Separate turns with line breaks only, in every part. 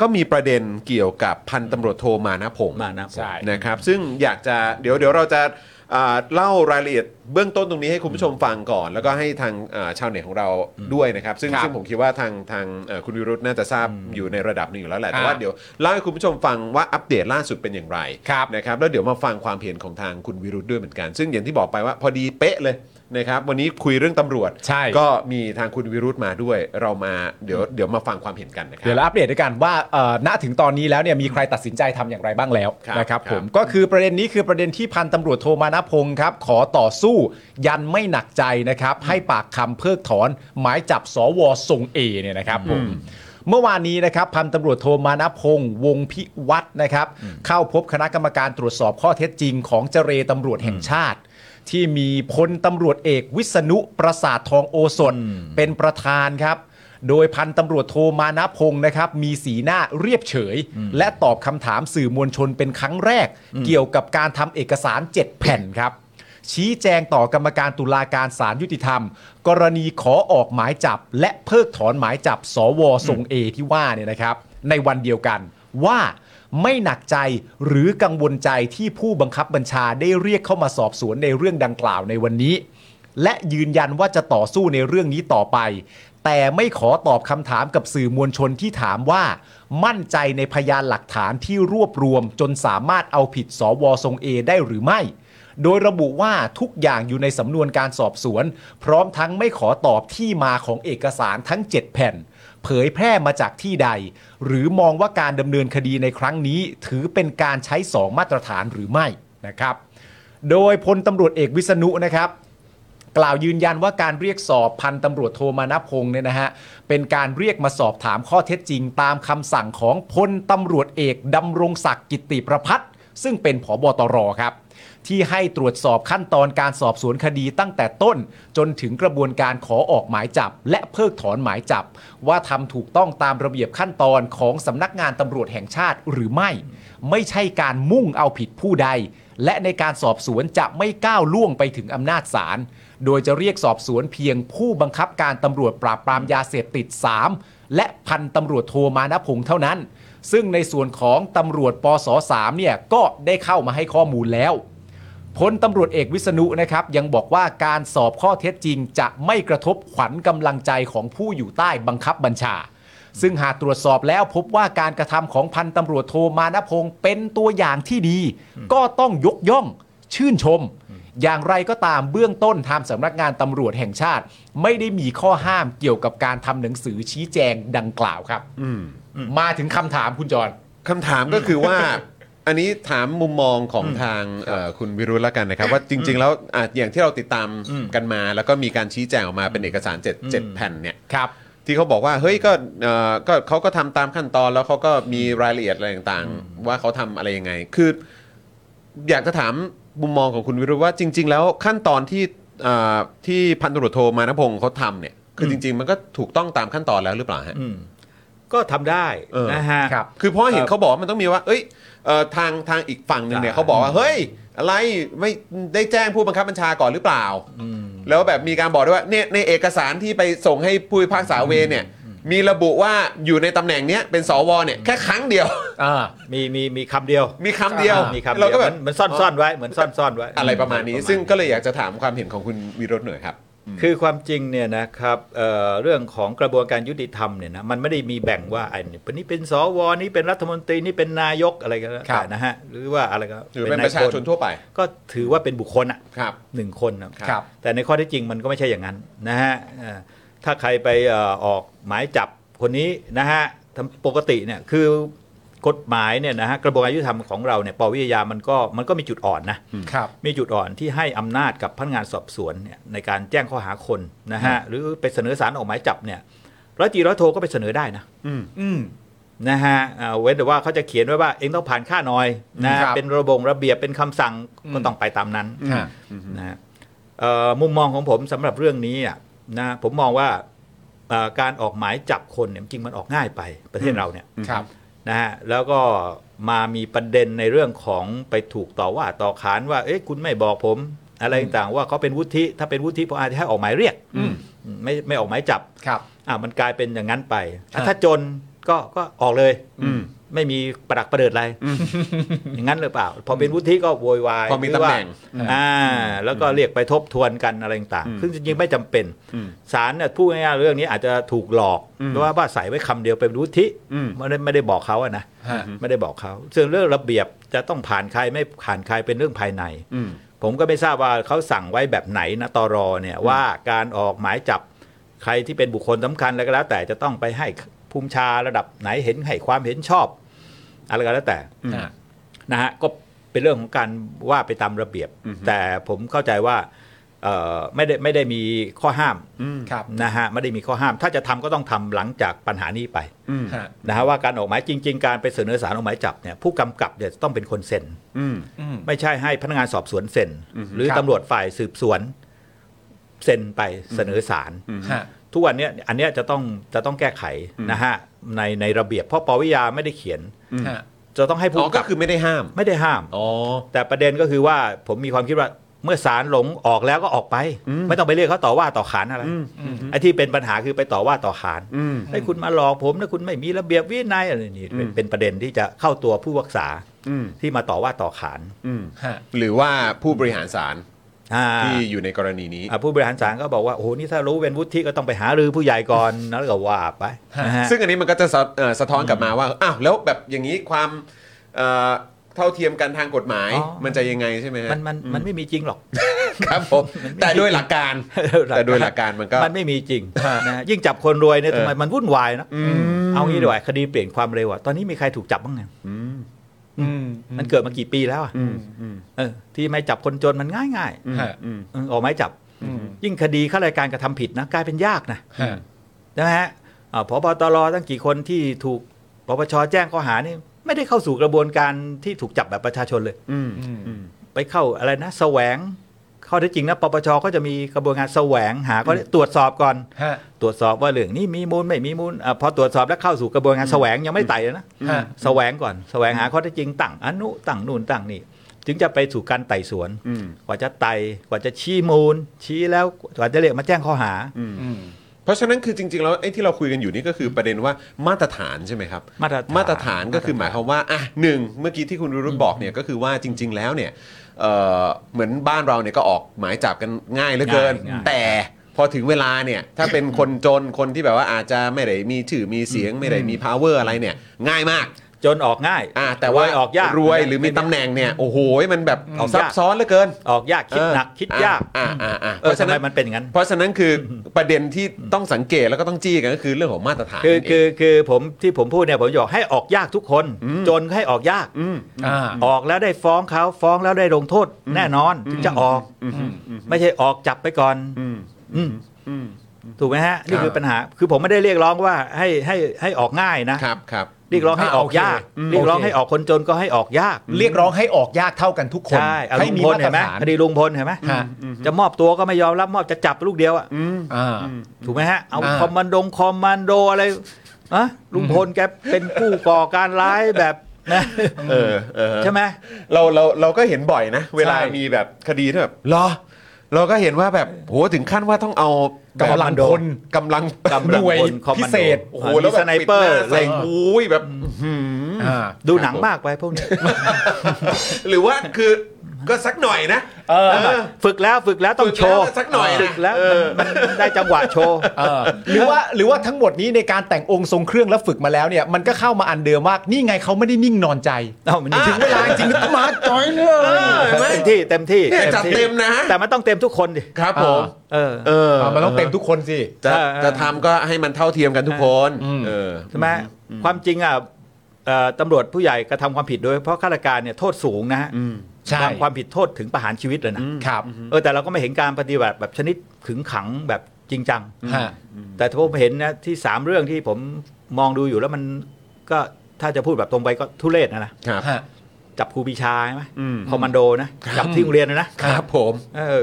ก็มีประเด็นเกี่ยวกับพันตำรวจโทมานะพงศ์
มานะผม
ใช่
นะครับซึ่งอยากจะเดี๋ยวเดี๋ยวเราจะอ่าเล่ารายละเอียดเบื้องต้นตรงนี้ให้คุณผู้ชมฟังก่อน แล้วก็ให้ทางอ่าชาวเน็ตของเราด้วยนะครับซึ่ง
ครับ
ซึ่งผมคิดว่าทางทางเอ่อคุณวิรุธน่าจะทราบอยู่ในระดับหนึงอยู่แล้วแหละแต่
อ่า
ว่าเดี๋ยวเล่าให้คุณผู้ชมฟังว่าอัปเดตล่าสุดเป็นอย่างไร
ครับ
นะครับแล้วเดี๋ยวมาฟังความเห็นของทางคุณวิรุธด้วยเหมือนกัน ซึ่งอย่างที่บอกไปว่าพอดีเป๊ะเลยนะครับวันนี้คุยเรื่องตำรวจ
ใช่
ก็มีทางคุณวิรุธมาด้วยเรามาเดี๋ยวเดี๋ยวมาฟังความเห็นกันนะครั
เดี๋ยวเราอัปเดตด้วยกันว่าเอ่อณถึงตอนนี้แล้วเนี่ยมีใครตัดสินใจทำอย่างไรบ้างแล้ว
ครับ
นะครับ
ครับ
ผมก็คือประเด็นนี้คือประเด็นที่พันตำรวจโทมานะพงศ์ครับ ขอต่อสู้ยันไม่หนักใจนะครับ ให้ปากคำเพิกถอน หมายจับสวทรงเอเนี่ยนะครับผมเมื่อวานนี้นะครับพันตำรวจโทมานะพงศ์วงศ์พิวัตรนะครับ เข้าพบคณะกรรมการตรวจสอบข้อเท็จจริงของเจรตำรวจแห่งชาติ ที่มีพลตำรวจเอกวิษณุประสาททองโอสถเป็นประธานครับ โดยพันตำรวจโทมานะพงศ์นะครับ มีสีหน้าเรียบเฉย และตอบคำถามสื่อมวลชนเป็นครั้งแรก เกี่ยวกับการทำเอกสาร 7 แผ่นครับ ชี้แจงต่อกรรมการตุลาการศาลยุติธรรม กรณีขอออกหมายจับ และเพิกถอนหมายจับ สวทรงเอที่ว่าเนี่ยนะครับ ในวันเดียวกันว่า ไม่หนักใจหรือกังวลใจที่ผู้บังคับบัญชาได้เรียกเข้ามาสอบสวนในเรื่องดังกล่าวในวันนี้ และยืนยันว่าจะต่อสู้ในเรื่องนี้ต่อไป แต่ไม่ขอตอบคำถามกับสื่อมวลชนที่ถามว่า มั่นใจในพยานหลักฐานที่รวบรวมจนสามารถเอาผิดสวทรงเอได้หรือไม่ โดยระบุว่าทุกอย่างอยู่ในสำนวนการสอบสวน พร้อมทั้งไม่ขอตอบที่มาของเอกสารทั้ง 7 แผ่น เผยแพร่มาจากที่ใด หรือมองว่าการดำเนินคดีในครั้งนี้ ถือเป็นการใช้สองมาตรฐานหรือไม่นะครับ โดยพลตำรวจเอกวิษณุนะครับ กล่าวยืนยันว่าการเรียกสอบพันตำรวจโทมานะพงศ์เนี่ยนะฮะเป็นการเรียกมาสอบถามข้อเท็จจริง ตามคำสั่งของพลตำรวจเอกดำรงศักดิ์กิติประพัฒน์ซึ่งเป็นผบตรครับ ที่ให้ตรวจสอบขั้นตอนการสอบสวนคดีตั้งแต่ต้น จนถึงกระบวนการขอออกหมายจับ และเพิกถอนหมายจับ ว่าทำถูกต้องตามระเบียบขั้นตอนของสำนักงานตำรวจแห่งชาติหรือไม่ ไม่ใช่การมุ่งเอาผิดผู้ใด และในการสอบสวนจะไม่ก้าวล่วงไปถึงอำนาจศาล โดยจะเรียกสอบสวนเพียงผู้บังคับการตำรวจปราบปรามยาเสพติด 3 และพันตำรวจโทมานะพงษ์เท่านั้น ซึ่งในส่วนของตำรวจปศ3เนี่ยก็ได้เข้ามาให้ข้อมูลแล้ว พลตำรวจเอกวิษณุนะครับ ยังบอกว่าการสอบข้อเท็จจริง จะไม่กระทบขวัญกำลังใจของผู้อยู่ใต้บังคับบัญชา ซึ่งหากตรวจสอบแล้วพบว่าการกระทำของพันตำรวจโทมานพงศ์เป็นตัวอย่างที่ดี ก็ต้องยกย่อง ชื่นชม อย่างไรก็ตามเบื้องต้นทางสำนักงานตำรวจแห่งชาติ ไม่ได้มีข้อห้ามเกี่ยวกับการทำหนังสือชี้แจงดังกล่าวครับมาถึงคำถามคุณจร
คำถามก็คือว่า อันนี้ถามมุมมองของทางเอ่อคุณวิรุธละกันนะครับ ว่าจริง ๆ แล้วอ่ะอย่างที่เราติดตามกันมา แล้วก็มีการชี้แจงออกมาเป็นเอกสาร7 7แผ่นเนี่ย
ครับ
ที่เขาบอกว่า เฮ้ยก็เอ่อก็เขาก็ทำตามขั้นตอนแล้วเขาก็มีรายละเอียดอะไรต่างๆ ว่าเขาทำอะไรยังไง คือ อยากจะถามมุมมองของคุณวิรุธว่าจริง ๆ แล้วขั้นตอนที่เอ่อที่พันตำรวจโทมานพงศ์เขาทำเนี่ยคือจริง ๆ มันก็ถูกต้องตามขั้นตอนแล้วหรือเปล่าฮะ
ก็ทำได้
เออ
นะฮะ
ครับ
คือเพราะเห็น
เอ่อ
เขาบอกว่ามันต้องมีว่า เอ้ยเอ่อทางทางอีกฝั่งหนึ่งเนี่ย
ศาล
เขาบอกว่า เฮ้ย อะไรไม่ได้แจ้งผู้บังคับบัญชาก่อนหรือเปล่า แล้วแบบมีการบอกด้วยว่าเนี่ยในเอกสารที่ไปส่งให้ผู้พิพากษาเวรเนี่ย มีระบุว่าอยู่ในตำแหน่งเนี้ยเป็นสวเนี่ยแค่ครั้งเดียว
อ่า
มีมีมีคำเดียว
มีคำเดียว
มีคำเดียว
เราก็แบบ
หมือนเหมันซ่อนซ่อนไว้เหมือนซ่อนซ่อนไว้
อะไรประมาณนี้ ซึ่ง
ประ
ก็เลยอยากจะถามความเห็นของคุณวิโรจน์หน่อยครับ
มาณคือความจริงเนี่ยนะครับเอ่อเรื่องของกระบวนการยุติธรรมเนี่ยนะมันไม่ได้มีแบ่งว่าไอ้นี่นี่เป็นสวนี่เป็นรัฐมนตรีนี่เป็นนายกอะไรก็แล้ว
ครับ
แต่นะฮะหรือว่าอะไรก็
หรือเป็น
ย
ประชาชนทั่วไป
ก็ถือว่าเป็นบุคคลอ่ะ
ครับ
หนึ่งคนนะครับ แต่ในข้อเที่จริงมันก็ไม่ใช่อย่างนั้นนะฮะเอ่อถ้าใครไปเอ่อออกหมายจับคนนี้นะฮะทำปกติเนี่ยคือกฎหมายเนี่ยนะฮะกระบวนการยุติธรรมของเราเนี่ยปวิทยามันก็มันก็มีจุดอ่อนนะครับ มีจุดอ่อนที่ให้อำนาจกับพนักงานสอบสวนเนี่ยในการแจ้งข้อหาคนนะฮะหรือไปเสนอสารออกหมายจับเนี่ยร้อยจีร้อยโทก็ไปเสนอได้นะ
อืม
นะฮะอ่าเว้นแต่ว่าเขาจะเขียนไว้ว่าเองต้องผ่านค่าหน่อยนะ
อืมครับ
เป็นระบงระเบียบเป็นคำสั่ง
อืม
ก็ต้องไปตามนั้น
ฮะ
นะฮะเอ่อมุมมองของผมสำหรับเรื่องนี้อ่ะนะผมมองว่าเอ่อการออกหมายจับคนเนี่ยจริงมันออกง่ายไปประเทศเราเนี่ย
ครับ
นะฮะแล้วก็มามีประเด็นในเรื่องของไปถูกต่อว่าต่อขานว่าเอ๊ะคุณไม่บอกผม อะไรต่างๆว่าเขาเป็นวุฒิถ้าเป็นวุฒิผมอาจจะให้ออกหมายเรียก
อืม
ไม่ไม่ออกหมายจับ
ครับ
อ่ามันกลายเป็นอย่างนั้นไปอ่ะ
อ่ะ
ถ้าจน ก็ก็ออกเลย
อืม
ไม่มีประดักประเดิดอะไร อย่างนั้นหรือเปล่า พอเป็นวุฒิก็โวยวาย
พอมีตำแหน่ง
รือว่าอ่า แล้วก็เรียกไปทบทวนกันอะไรต่าง
อืม
ๆซึ่งจริงๆไม่จำเป็น
อืม
ศาลเนี่ยพูดง่ายๆเรื่องนี้อาจจะถูกหลอก
อืม
เพราะว่าว่าใส่ไว้คำเดียวเป็นวุฒิ
อืม
ไม่ได้ไม่ได้บอกเขาอะนะ
ฮะ
ไม่ได้บอกเขาส่วนเรื่องระเบียบจะต้องผ่านใครไม่ผ่านใครเป็นเรื่องภายใน
อืม
ผมก็ไม่ทราบว่าเขาสั่งไว้แบบไหนนะตอรอเนี่ยว่าการออกหมายจับใครที่เป็นบุคคลสำคัญอะไรก็แล้ว แต่จะต้องไปให้ภูมิชาระดับไหนเห็นให้ความเห็นชอบอะไรก็แล้วแต่
อืม
นะฮะก็เป็นเรื่องของการว่าไปตามระเบียบ แต่ผมเข้าใจว่าเอ่อไม่ได้ไม่ได้มีข้อห้าม
อืม
ครับ
นะฮะไม่ได้มีข้อห้าม ถ้าจะทำก็ต้องทำหลังจากปัญหานี้ไป
อืม
ฮะ
นะฮะว่าการออกหมายจริง ๆ การไปเสนอสารออกหมายจับเนี่ยผู้กำกับเนี่ยต้องเป็นคนเซ็น
อืม
อืม
ไม่ใช่ให้พนักงานสอบสวนเซ็น
อือฮึ
หรือ
ครับ
ตำรวจฝ่ายสืบสวนเซ็นไปเสนอศาล
ฮะ
ทุกวันเนี้ยอันเนี้ยจะต้องจะต้องแก้ไขนะฮะในในระเบียบเพราะปวิยาไม่ได้เขียน
ฮะ
จะต้องให้
อ๋อกก็
ผู้ำกับ
คือไม่ได้ห้าม
ไม่ได้ห้าม
อ๋อ
แต่ประเด็นก็คือว่าผมมีความคิดว่าเมื่อศาลหลงออกแล้วก็ออกไป
อืม
ไม่ต้องไปเรียกเขาต่อว่าต่อขานอะไร
อืม
อืม
ไอ้ที่เป็นปัญหาคือไปต่อว่าต่อขาน
อืม
ให้คุณมาหลอกผมนะคุณไม่มีระเบียบวินัยอะไรนี่เป็น
อืม
เป็นประเด็นที่จะเข้าตัวผู้รักษา
อืม
ที่มาต่อว่าต่อขาน
อืม
ฮะ
หรือว่าผู้บริหารศาล
อ่า
ที่อยู่ในกรณีนี้
อ่ะผู้บริหารศาลก็บอกว่า โอ้โห นี่ถ้ารู้เป็นวุฒิก็ต้องไปหารือผู้ใหญ่ก่อน แล้วก็ว่า ไปนะฮะ
ซึ่งอันนี้มันก็จะสะเอ่อสะท้อนกลับมาว่า อ้าว แล้วแบบอย่างนี้ความเอ่อเท่าเทียมกันทางกฎหมาย
อ๋อ
มันจะยังไงใช่ไหมฮะ
มันมันมันไม่มีจริงหรอก
ครับผม แต่ด้วยหลักการ แต่ โดยหลักการมันก็
มันไม่มี จริงนะฮะยิ่งจับคนรวยเนี่ยทำไมมันวุ่นวายนะ
ม
เอางี้ดีกว่าคดีเปลี่ยนความเร็วอะตอนนี้มีใครถูกจับบ้างเนี่ย
อืม
อืม
มันเกิดมากี่ปีแล้วอะ
อืมอืม
เออที่ไม่จับคนจนมันง่ายง่ายๆ
อืมอืม
เออออกหมายจับ
อืม
ยิ่งคดีข้ารายการกระทำผิดนะกลายเป็นยากนะ
ฮะ
ใช่ไหมฮะอ่าพบตรตั้งกี่คนที่ถูกปปชแจ้งข้อหานี่ไม่ได้เข้าสู่กระบวนการที่ถูกจับแบบประชาชนเลย
อืม
อืม
อืม
ไปเข้าอะไรนะแสวงข้อเท็จจริงนะปปชก็จะมีกระบวนการแสวงหาก็ตรวจสอบก่อน
ฮะ
ตรวจสอบว่าเรื่องนี้มีมูลไม่มีมูลอาพอตรวจสอบแล้วเข้าสู่กระบวนการแสวงยังไม่ไต่เลยนะ
ฮะ
แสวงก่อนแสวงหาข้อเท็จจริงตั้งอนุตั้งนู่นตั้งนี่ถึงจะไปสู่การไต่สวน
อืม
กว่าจะไต่กว่าจะชี้มูล ชี้แล้วกว่าจะเรียกมาแจ้งข้อหา
อืม
เพราะฉะนั้นคือจริง ๆ แล้วไอ้ที่เราคุยกันอยู่นี่ก็คือประเด็นว่ามาตรฐานใช่ไหมครับ
มาตรฐาน
มาตรฐานก็คือหมายความว่าอ่ะหนึ่งเมื่อกี้ที่คุณรุรุตบอกเนี่ยก็คือว่าจริง ๆ แล้วเนี่ยเอ่อเหมือนบ้านเราเนี่ยก็ออกหมายจับกันง่ายเหลือเกิน
ง่ายๆ
แต่พอถึงเวลาเนี่ยถ้าเป็นคนจนคนที่แบบว่าอาจจะไม่ได้มีชื่อมีเสียงไม่ได้มี power อะไรเนี่ย ง่ายมาก
จนออกง่าย
อ่ะแต่ว่าร
ยออกยาก
รวยหรือมีตำแหน่งเนี่ยโอ้โหมันแบบ
ออกยาก
ซับซ้อนเหลือเกิน
ออกยากคิดหนักคิดยาก
อ่ะอ่ะอ่ะ
เอ
เพ
อ
ราะฉะ
ทำ
นั้น
ไมมันเป็นอย่างนั้น
เพราะฉะนั้นคือประเด็นที่ต้องสังเกตแล้วก็ต้องจี้กันก็คือเรื่องของมาตรฐาน
คือ
นั่นเง
คือคือผมที่ผมพูดเนี่ยผมจะบอกให้ออกยากทุกคน
อืม
จนให้ออกยาก
อืม
อ่า
ออกแล้วได้ฟ้องเขาฟ้องแล้วได้ลงโทษ แน่นอนถึงจะออก
อืมอืม
ไม่ใช่ออกจับไปก่อน
อืม
อืม
อืม
ถูกไหมฮะ นี่คื
ครั
อ
บ
ปัญหา คือผมไม่ได้เรียกร้องว่าให้ให้ให้ออกง่ายนะครับ
ครับ
เรียกร้องให้อ
อ่า
อก
โอเค
ยาก
อืม
เรียกร้อง
โอเค
ให้ออกคนจนก็ให้ออกยาก
เรียกร้องให้ออกยากเท่ากันทุกคน
ใช่เอา
ให้
ลุง
มี
พล
มาต
เห็
ร
นไหม
ฐาน
คดีลุงพลเห็นไหม
ฮะ
จะมอบตัวก็ไม่ยอมรับมอบจะจับลูกเดียวอ่ะ
อืม
อ่า
ถูกไหมฮะเอา
อ่า
คอมมานโดงคอมมานโดอะไรอะลุงพลแกเป็นผู้ก่อการร้ายแบบ นะ
เออเออ
ใช่ไหม
เราเราเราก็เห็นบ่อยนะ เวลามีแบบคดีที่แบบเหรอ เราก็เห็นว่าแบบโหถึงขั้นว่าต้องเอาก
กำลังคน
กำลัง
กำลัง
หน่วย
พลคอมมาน
พิ
โด
เศษ
โอ้
โอ้
โห
โห
แล้
แล้ว ว
แบ
แบบบ
สไนเปอร์
ปิดหา
เล
ใส่
ง
อุ้ยแบบอื้อหือ
อ่า
ดูหนัง
ครับผม
มากไปพวกเนี้ย
หรือว่าคือก็สักหน่อยนะ
เออ
เออ
ฝึกแล้วฝึกแล้วต้องโชว์
ฝึกแล้วสักหน่อยนะ
ฝึกแล้ว
เออ
มันมันได้จังหวะโชว์
เออหรือว่าหรือว่าทั้งหมดนี้ในการแต่งองค์ทรงเครื่องแล้วฝึกมาแล้วเนี่ยมันก็เข้ามาอันเดิมว่านี่ไงเขาไม่ได้นิ่งนอนใจ
เอามัน
ถึงเวลาจริงๆมาจอยเนี่ย
เออเห็นไหม
เต็มที่เต็มที่
เนี่ยจัดเต็มนะ
แต่มันต้องเต็มทุกคนดิ
ครับผม
เออ
เออ
มันต้องเต็มทุกคนสิ
จะ
เออเออ
จะทำก็ให้มันเท่าเทียมกันทุกคน
อืม
เออ
ใช่ไหมความจริงอ่ะเอ่อตำรวจผู้ใหญ่กระทำความผิดโดยเฉพราะข้าราชการเนี่ยโทษสูงนะฮะ
ใช่
บางความผิดโทษถึงประหารชีวิตเลยนะครับ เออแต่เราก็ไม่เห็นการปฏิบัติแบบชนิดขึงขังแบบจริงจัง
ฮะ
แต่ถ้าผมเห็นนะที่สามเรื่องที่ผมมองดูอยู่แล้วมันก็ถ้าจะพูดแบบตรงไปก็ทุเรศนะนะครับ
ฮะ
จับครูปีชาใช่ไหม
อืม
คอมมานโดนะจับที่โรงเรียนนะนะครับ
ผม
เออ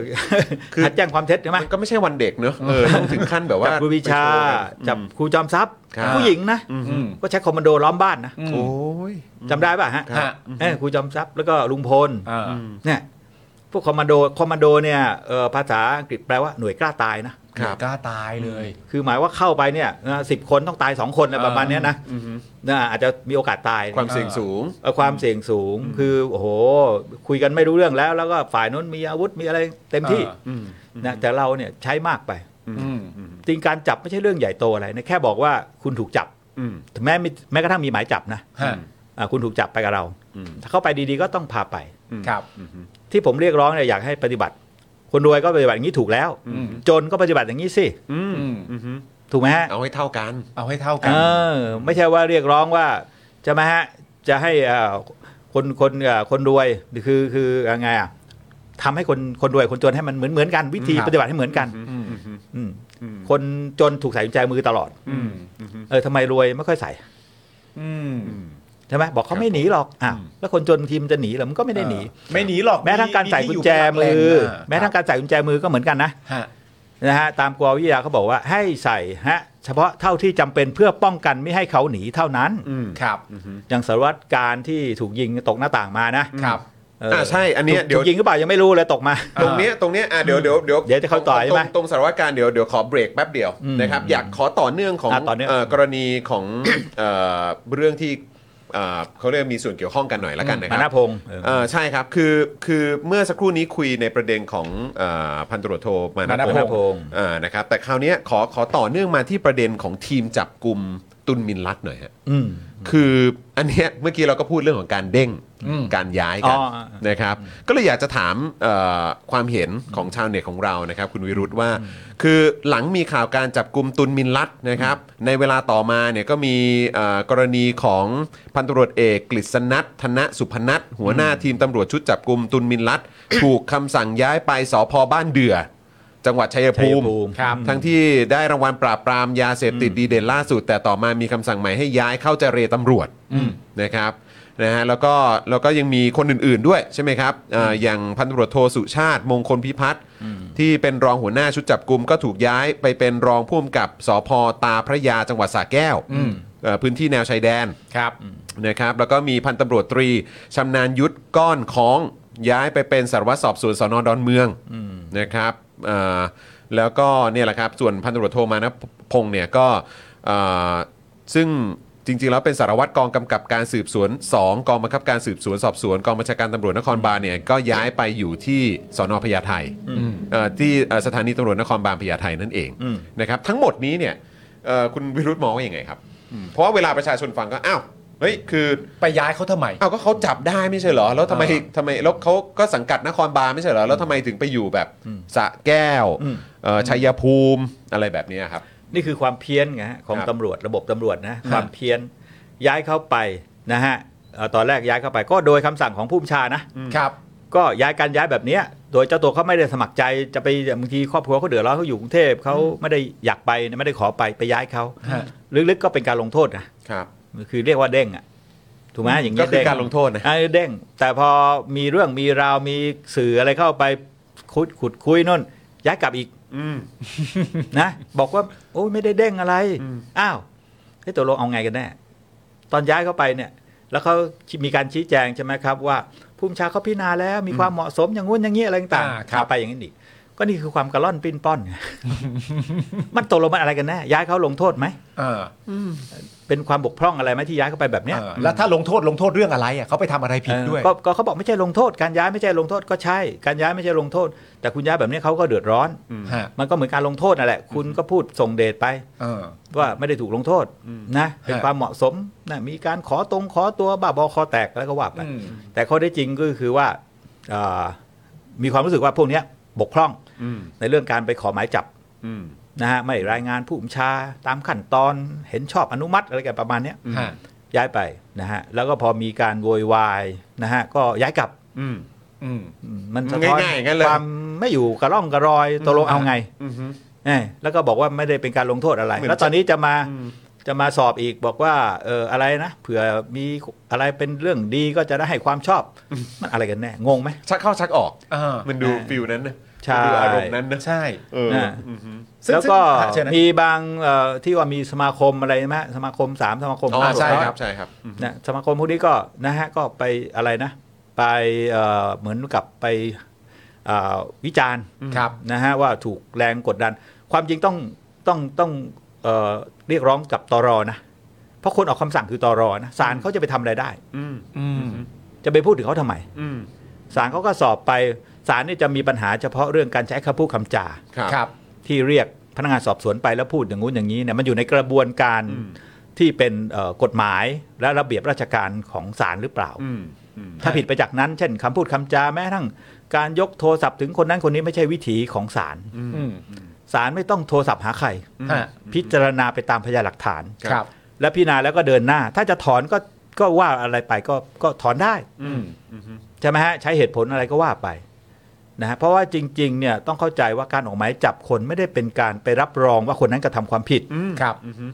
คือ
หาแจ้งความเท็จใช่ไหม
มันก็ไม่ใช่วันเด็กเนอะเออต้องถึงขั้นแบบว่า
จับครูวิชา
ไปโว์กัน
จับครูจอมทรัพย์
ครับ
ผู้หญิงนะ
อืม
อืม
ก็ใช้คอมมานโดล้อมบ้านนะ
อืม
โอ้ย
จำได้ป่ะฮะ
ครับ
เออครูจอมทรัพย์แล้วก็ลุงพล
อ่า
เนี่ยพวกคอมมานโดคอมมานโดเนี่ยเอ่อภาษาอังกฤษแปลว่าหน่วยกล้าตายนะ
ครับ
กล้าตายเลย
คือหมายว่าเข้าไปเนี่ยสิบคนต้องตายสองคนนะ
เออ
ประมาณเนี้ยนะ
อือฮึ
น่าอาจจะมีโอกาสตาย
ความเสี่ยงสูง
เอ่อความเสี่ยงสูง คือโอ้โหคุยกันไม่รู้เรื่องแล้ว แล้วก็ฝ่ายนู้นมีอาวุธมีอะไรเต็มที่
อืม
นะแต่เราเนี่ยใช้มากไป
อืม
จริงการจับไม่ใช่เรื่องใหญ่โตอะไรนะแค่บอกว่าคุณถูกจับ
อืม
ถึงแม้มีแม้กระทั่งมีหมายจับนะ
ฮะ
อ่าคุณถูกจับไปกับเรา
อืม
ถ้าเข้าไปดีๆก็ต้องพาไป
อืม
ครับ
อืม
ที่ผมเรียกร้องเนี่ยอยากให้ปฏิบัติ คนรวยก็ปฏิบัติอย่างนี้ถูกแล้ว
อืม
จนก็ปฏิบัติอย่างนี้สิ
อืม
อืม
อืม
ถูกไหมฮะ
เอาให้เท่ากัน
เอาให้เท่ากั
เอน อไม่ใช่ว่าเรียกร้องว่าจะมาฮะจะให้เอ่อคนคนเอ่อคนรวยคือคือยังไงอ่ะทำให้คนคนรวยคนจนให้มันเหมือนเหมือนกันวิธี
ครับ
ปฏิบัติให้เหมือนกัน
อืมอืม
อืม
อืม
คนจนถูกใส่กุญแจมือตลอด
อืม
เออทำไมรวยไม่ค่อยใส่
อืม
ใช่ไหมบอกเขาไม่หนีหรอกอ่ะแล้วคนจนทีมนจะหนีเหรอมันก็ไม่ได้หนี
เออไม่หนีหรอก
แม้ทั้งการใส่กุญแจมือ แม้ทั้งการใส่กุญแจมือก็เหมือนกันนะ
ฮะ
นะฮะตามกววิทยาเขาบอกว่าให้ใส่ฮะเฉพาะเท่าที่จำเป็นเพื่อป้องกันไม่ให้เขาหนีเท่านั้น
อืม
ครับ
อย่างสารวัตรการที่ถูกยิงตกหน้าต่างมานะครับ เ
อ่าใช่อันเนี้ย
ถูก
เดี๋ยว
ถูกยิงหรือเปล่ายังไม่รู้เลยตกมา
ตรงเนี้ยตรงเนี้ยอ่ะเดี๋ยวเดี๋ยวเดี๋ยว
เดี๋ยวจะเข้าต่อใช่ไหม
รงรงตรงสารวัตรการเดี๋ยวเดี๋ยวขอเบรกแป๊บเดียว
อืม
นะครับอยากขอต่อเนื่องของ
อ่ะต่อเนื่อง
เกรณีของ เอ่อเรื่องที่เอ่อเขาเรียกมีส่วนเกี่ยวข้องกันหน่อยละกันนะค
มา
รั
นา
บ
พงศ์เออ
เอ่อใช่ครับคือคือเมื่อสักครู่นี้คุยในประเด็นของเอ่อพันตำรวจโทมา
มา
นะ
นะ
พ
พ
ง
งษ์
ษ์เอ่อนะครับแต่คราวเนี้ยขอขอต่อเนื่องมาที่ประเด็นของทีมจับกลุ่มตุนมินลัดหน่อยฮะ
อืม
คืออันเนี้ยเมื่อกี้เราก็พูดเรื่องของการเด้ง
อืม
การย้ายกัน
อ๋ออ่าอ่าน
นะครับ ก็เลยอยากจะถามเอ่อความเห็นของชาวเน็ตของเรานะครับ คุณวิรุธว่า คือหลังมีข่าวการจับกลุ่มตุนมินลัดนะครับ ในเวลาต่อมาเนี่ยก็มีเอ่อกรณีของพันตำรวจเอกกฤษณัทธนสุพนัทหัวหน้าทีมตำรวจชุดจับกลุ่มตุนมินลัด ถูกคำสั่งย้ายไปสพบ้านเดือ จังหวัดชัยภูมิ
ชัยภูมิ
ครับ
ทั้งที่ได้รางวัลปราบปรามยาเสพติดดีเด่นล่าสุด แต่ต่อมามีคำสั่งใหม่ให้ย้ายเข้าเจรตำรวจนะครับนะฮะแล้วก็แล้วก็ยังมีคนอื่นๆด้วยใช่ไหมครับเอ่ออย่างพันตำรวจโทสุชาติมงคลพิพัฒน์ที่เป็นรองหัวหน้าชุดจับกลุ่มก็ถูกย้ายไปเป็นรองผู้กำกับสพตาพระยาจังหวัดสระแก้ว
อืม
เอ่อพื้นที่แนวชายแดน
ครับ
นะครับแล้วก็มีพันตำรวจตรีชำนาญยุทธก้อนของย้ายไปเป็นสารวัตรสอบสวนสนดอนเมืองนะครับเอ่อแล้วก็เนี่ยแหละครับส่วนพันตำรวจโทมานะพงษ์เนี่ยก็เอ่อซึ่งจริงๆแล้วเป็นสารวัตรกองกำกับการสืบสวน 2 กองบังคับการสืบสวนสอบสวนกองบัญชาการตำรวจนครบาลเนี่ยก็ย้ายไปอยู่ที่สอนอพญาไทเอ่อที่เอ่อสถานีตำรวจนครบาลพญาไทนั่นเอง
อืม
นะครับทั้งหมดนี้เนี่ยเอ่อคุณวิรุธมองว่าอย่างไงครับ เพราะว่าเวลาประชาชนฟังก็อ้าวเฮ้ยคือ
ไปย้ายเขาทำไม
อ้าวก็เขาจับได้ไม่ใช่เหรอ แล้วทำไม
อ่า
ทำไมแล้วเขาก็สังกัดนครบาลไม่ใช่เหรอ แล้วทำไมถึงไปอยู่แบบสระแก้ว
อืม
เอ่อชัยภูมิอะไรแบบเนี้ยครับ
นี่คือความเพี้ยนไงฮะของ
ครับ
ตำรวจระบบตำรวจนะความเพี้ยนย้ายเข้าไปนะฮะเอ่อตอนแรกย้ายเข้าไปก็โดยคำสั่งของผู้บัญชานะ
ครับ
ก็ย้ายการย้ายแบบเนี้ยโดยเจ้าตัวเขาไม่ได้สมัครใจจะไปบางทีครอบครัวเขาเดือดร้อนเขาอยู่กรุงเทพเขาไม่ได้อยากไปไม่ได้ขอไปไปย้ายเขา
ฮะ
ลึกๆก็เป็นการลงโทษนะ
ครับ
คือเรียกว่าเด้งอ่ะถูกไหมอย่างเงี้
ก็
ย
คือ
เด้
การลงโทษนะ
เออเด้ง แต่พอมีเรื่องมีราวมีสื่ออะไรเข้าไปขุดขุดคุยนู่นย้ายกลับอีก
อืม
นะ บอกว่าโอ้ยไม่ได้เด้งอะไร
อืม
อ้าวเฮ้ยตกลงเอาไงกันแน่ตอนย้ายเข้าไปเนี่ย แล้วเขามีการชี้แจงใช่ไหมครับ ว่าผู้บัญชาเขาพิจารณาแล้วมีความเหมาะสมอย่างงู้นอย่างนี้อะไรต่าง
อ่า
ๆ
ครับ
เอาไปอย่างนี้นอีกก็นี่คือความกระล่อนปิ้นป้อนไง มันตกลงมันอะไรกันแน่ย้ายเขาลงโทษไหม
เออ
เป็นความบกพร่องอะไรไหมที่ย้ายเข้าไปแบบเนี้ย
เออแล้วถ้าลงโทษลงโทษเรื่องอะไรอ่ะเขาไปทำอะไรผิดด้วย
เออก็ก็เขาบอกไม่ใช่ลงโทษ การย้ายไม่ใช่ลงโทษก็ใช่ การย้ายไม่ใช่ลงโทษ แต่คุณย้ายแบบนี้เขาก็เดือดร้อน
ฮะ
มันก็เหมือนการลงโทษนั่นแหละ คุณก็พูดส่งเดชไป
เออ
ว่าไม่ได้ถูกลงโทษนะเป็น
ฮะ
ความเหมาะสมนะมีการขอตรงขอตัวบ้าบอคอแตกแล้วก็ว่าไป
อืม
แต่ข้อได้จริงก็คือว่าเอ่อมีความรู้สึกว่าพวกเนี้ยบกพร่อง
อืม
ในเรื่องการไปขอหมายจับ
อืม
นะฮะไม่รายงานผู้บัญชาตามขั้นตอนเห็นชอบอนุมัติอะไรกันประมาณเนี้ย
ฮะ
ย้ายไปนะฮะแล้วก็พอมีการโวยวายนะฮะก็ย้ายกลับ
อืม
อืม
มันสะท้อน
ง่ายๆอย่างนั้นเลย
ความไม่อยู่กระร่องกระรอยตกลงเอาไง
อืม
เอ้ยแล้วก็บอกว่าไม่ได้เป็นการลงโทษอะไร
เหมือน
แล้วตอนนี้จะมาจะมาสอบอีกบอกว่าเอออะไรนะเผื่อมีอะไรเป็นเรื่องดีก็จะได้ให้ความชอบ มันอะไรกันแน่งงไหม
ชักเข้าชักออก
อ่ามั
มันดู
อ่า
ฟิลนั้นนะ
ใช่
มันดูอารมณ์นั้นนะ
ใช่
เออ
นะ
อืมฮึ
ซึ่ง
แล้วก็
ซึ่งเชิญนะ
มีบางเอ่อที่ว่ามีสมาคมอะไรนะฮะสมาคมสามสมาคม
อ๋อ
ห้า
ใช่
ส
ค
มาม
รับใช่ครับอืม
นะสมาคมพวกนี้ก็นะฮะก็ไปอะไรนะ ไปเอ่อเหมือนกับไปเอ่อวิจารณ์
ครับ
นะฮะว่าถูกแรงกดดัน ความจริงต้องต้องต้องเอ่อเรียกร้องกับตรนะ เพราะคนออกคำสั่งคือตรนะศาลเขาจะไปทำอะไรได้
อืม
อืม
จะไปพูดถึงเขาทำไม
อืม
ศาลเขาก็สอบไปศาลนี่จะมีปัญหาเฉพาะเรื่องการใช้คำพูดคำจา
ครับ
ครับ
ที่เรียกพนักงานสอบสวนไปแล้วพูดอย่างงู้นอย่างนี้เนี่ยมันอยู่ในกระบวนการที่เป็นเอ่อกฎหมายและระเบียบราชการของศาลหรือเปล่า
อืมอืม
ถ้าผิดไปจากนั้น เช่นคำพูดคำจาแม้กระทั่งการยกโทรศัพท์ถึงคนนั้นคนนี้ไม่ใช่วิถีของศาล
อืม
ศาลไม่ต้องโทรศัพท์หาใคร
ฮะ
พิจารณาไปตามพยานหลักฐาน
ครับ
และพิจารณาแล้วก็เดินหน้า ถ้าจะถอนก็ก็ว่าอะไรไปก็ก็ถอนได้
อืมอืม
ใช่ไหมฮะใช้เหตุผลอะไรก็ว่าไปนะฮะเพราะว่าจริงๆเนี่ยต้องเข้าใจว่าการออกหมายจับคนไม่ได้เป็นการไปรับรองว่าคนนั้นกระทำความผิด
อืม
ครับ
อืม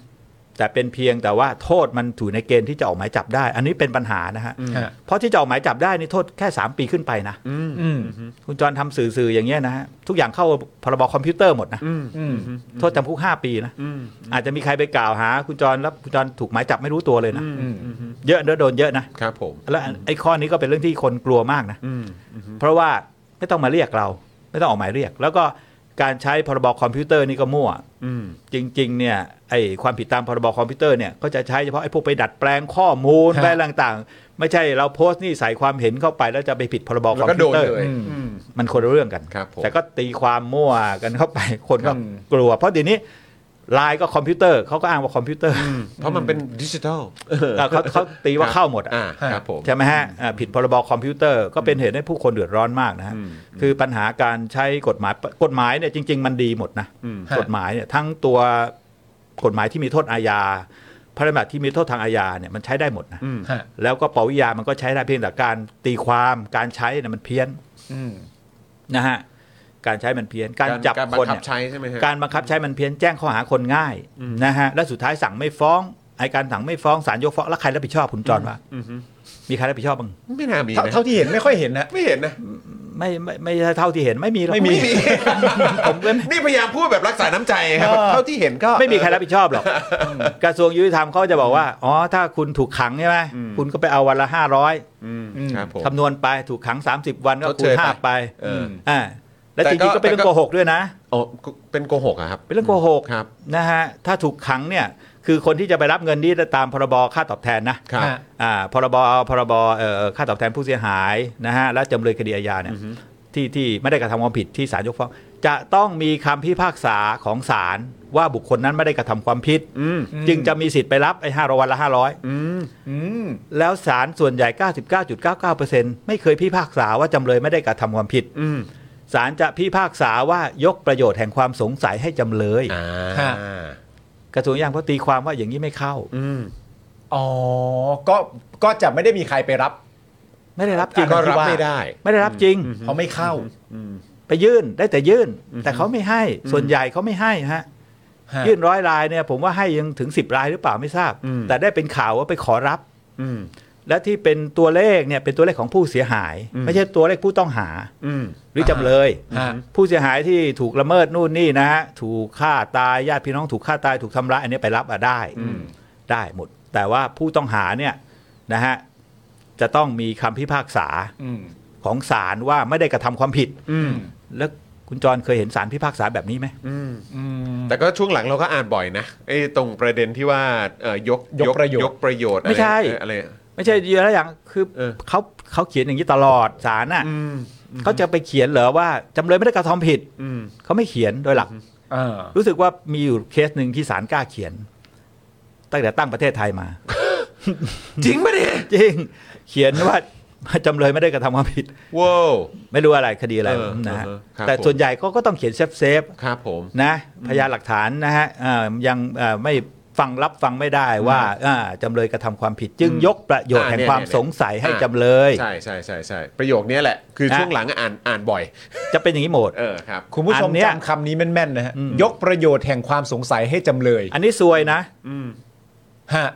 แต่เป็นเพียงแต่ว่าโทษมันถูกในเกณฑ์ที่จะออกหมายจับได้ อันนี้เป็นปัญหานะฮะ
อืม
ฮะ
เพราะที่จะออกหมายจับได้นี่โทษแค่ 3 ปีขึ้นไปนะ
อืม
อืม
คุณจรทำสื่อๆอย่างเงี้ยนะฮะทุกอย่างเข้าพรบคอมพิวเตอร์หมดนะ
อืม
อืม
โทษจำคุก5ปีนะ
อืม
อาจจะมีใครไปกล่าวหา คุณจรแล้วคุณจรถูกหมายจับไม่รู้ตัวเลยนะ
อืมอืม
เยอะเด้อโดนเยอะนะครับ
ผม
แล้วไอ้ข้อนี้ก็เป็นเรื่องที่คนกลัวมากนะ
อืมอืม
เพราะว่าไม่ต้องมาเรียกเรา ไม่ต้องออกหมายเรียก แล้วก็การใช้พรบคอมพิวเตอร์นี่ก็มั่ว
อืม
จริง ๆ เนี่ยไอความผิดตามพรบคอมพิวเตอร์เนี่ยก็จะใช้เฉพาะไอพวกไปดัดแปลงข้อมูลไปอะไรต่างๆ ไม่ใช่เราโพสต์นี่ใส่ความเห็นเข้าไปแล้วจะไปผิดพรบค
แล้
อ
ว
ม
ก็โด
พิวน เตอร์
เลยอืม
มันคนละเรื่องกัน
ครับผม
แต่ก็ตีความมั่วกันเข้าไปคนก็
อืม
กลัว เพราะเดี๋ยวนี้ไลน์ก็คอมพิวเตอร์เขาก็อ้างว่าคอมพิวเตอร์
อืมเพราะมันเป็นดิจิทัล
เออเขาเขาตีว่าเข้าหมดอะ
อ่าครับผม
ใช่ไหมฮะอ่าผิดพรบคอมพิวเตอร์ก็เป็นเหตุให้ผู้คนเดือดร้อนมากนะฮะ
อืม
คือปัญหาการใช้กฎหมายกฎหมายเนี่ยจริง ๆ มันดีหมดนะ
อืม
กฎหมายเนี่ยทั้งตัวกฎหมายที่มีโทษอาญาพระราชบัญญัติที่มีโทษทางอาญาเนี่ยมันใช้ได้หมดนะ
อืม
ฮะ
แล้วก็ปวิยามันก็ใช้ได้เพียงแต่การตีความการใช้เนี่ยมันเพี้ยน
อืม
นะฮะการใช้มันเพี้ยน การจับ
การบั
คน
งคับ
เนี่ย
ใช้ใช่ไหมฮะ
การบังคับใช้มันเพี้ยนแจ้งข้อหาคนง่าย
อืม
นะฮะและสุดท้ายสั่งไม่ฟ้องไอการสั่งไม่ฟ้องศาลยกฟ้องแล้วใครรับผิดชอบคุณจรว่า
อืม
มีใครรับผิดชอบบ้าง
ไม่น่ามี
เท่า
นะ
เท่าที่เห็นไม่ค่อยเห็นนะ
ไม่เห็นนะ
ไม่ไม่ไม่เท่าที่เห็นไม่มีหรอก
ไม่มี
ผมก็ไม่
นี่พยายามพูดแบบรักษาน้ำใจครับ เท่าที่เห็นก็
ไม่มีใครรับผิดชอบหรอกกระทรวงยุติธรรมเขาจะบอกว่าอ๋อถ้าคุณถูกขังใช่ไหม
อืม
คุณก็ไปเอาวันละห้าร้อย
อืมครับผม
คำนวณไปถูกขัง 30 วันก็
ชด
คู
เช
ณ
ย
ห้าไป
เออ
อ่าและ
แต่
จ
ก็
ริงๆก็เป็นเรื่อ
แต่
ง
ก็
โกหกด้วยนะ
โอ้เป็นโกหกอะครับ
เป็นเรื่องโกหก
ครับ
นะฮะถ้าถูกขังเนี่ยคือคนที่จะไปรับเงินนี่ตามพรบค่าตอบแทนนะครับ
ฮะ
อ่าพรบพรบเอ่อค่าตอบแทนผู้เสียหายนะฮะและจำเลยคดีอาญาเนี่ย ที่ที่ไม่ได้กระทำความผิดที่ศาลยกฟ้องจะต้องมีคำพิพากษาของศาลว่าบุคคลนั้นไม่ได้กระทำความผิด
อืม
จึงจะมีสิทธิ์ไปรับไอ้ห้าร้อยวันละห้าร้อย
อืม
อืม
แล้วศาลส่วนใหญ่ 99.99%ไม่เคยพิพากษาว่าจำเลยไม่ได้กระทำความผิด
อืม
ศาลจะพิพากษาว่ายกประโยชน์แห่งความสงสัยให้จำเลย
อ่า
กระทรวงยุติธรรมเขาตีความว่าอย่างนี้ไม่เข้า
อืม
อ๋อ ก็ ก็จะไม่ได้มีใครไปรับ
ไม่ได้รับจริง
ก็รับไม่ได้
ไม่ได้รับจริง
เพราะไม่เข้า
อืม
ไปยื่นได้แต่ยื่น แต่เขาไม่ให้ส่วนใหญ่เขาไม่ให้ฮะ
ฮะ
ยื่นร้อยรายเนี่ยผมว่าให้ยังถึง 10 รายหรือเปล่าไม่ทราบ
อืม
แต่ได้เป็นข่าวว่าไปขอรับ
อืม
และที่เป็นตัวเลขเนี่ยเป็นตัวเลขของผู้เสียหาย
อืม
ไม่ใช่ตัวเลขผู้ต้องหา
อืม
หรือจำเลย
ฮะ
ผู้เสียหายที่ถูกละเมิดนู่นนี่นะฮะถูกฆ่าตายญาติพี่น้องถูกฆ่าตายถูกทำร้ายอันนี้ไปรับอะได้
อืม
ได้หมด แต่ว่าผู้ต้องหาเนี่ยนะฮะจะต้องมีคำพิพากษา
อืม
ของศาลว่าไม่ได้กระทำความผิด
อืม
แล้วคุณจรเคยเห็นศาลพิพากษาแบบนี้ไหม
อืม
อืม
แต่ก็ช่วงหลังเราก็อ่านบ่อยนะไอ้ตรงประเด็นที่ว่าเอ่อยก
ยกประโยชน์
ยกประโยชน์อะร
ไม่ใช่
เอ่ออะไร
ไม่ใช่เยอะแล้วอย่างคือ
เออ
เขาเขาเขียนอย่างนี้ตลอดศาลน่ะ
อืม
เขาจะไปเขียนเหรอว่าจำเลยไม่ได้กระทำผิด
อืม
เขาไม่เขียนโดยหลัก
อ่า
รู้สึกว่ามีอยู่เคสหนึ่งที่ศาลกล้าเขียน ตั้งแต่ตั้งประเทศไทยมา
จริงปะเนี่ย
จริง เขียนว่า จำเลยไม่ได้กระทำความผิด
ว้าว
ไม่รู้อะไรคดีอะไร
เออ
นะฮะ
เออครับ
แต่
ผม
ส่วนใหญ่เขาก็ต้องเขียนเซฟเซฟ
ครับผม
ๆนะพยานหลักฐานนะฮะเอ่อยังเอ่อไม่ฟังรับฟังไม่ได้ว่าอ่าจำเลยกระทำความผิด จึงยกประโยชน์
อ่า
แห่ง
เนี่ย
ความ
เนี่ย
สงสัยให้
อ่า
จำเลย
ใช่ใช่ใช่ใช่ประโยคเนี้ยแหละ คือ
นะ
ช่วงหลังอ่านอ่านบ่อย
จะเป็นอย่างนี้หมด
เออครับ
คุณผู้ชม
อันเนี้ย
จำคำนี้แม่นๆนะฮะ
อืม
ยกประโยชน์แห่งความสงสัยให้จำเลย
อันนี้ซวยนะ
อืม
ฮะ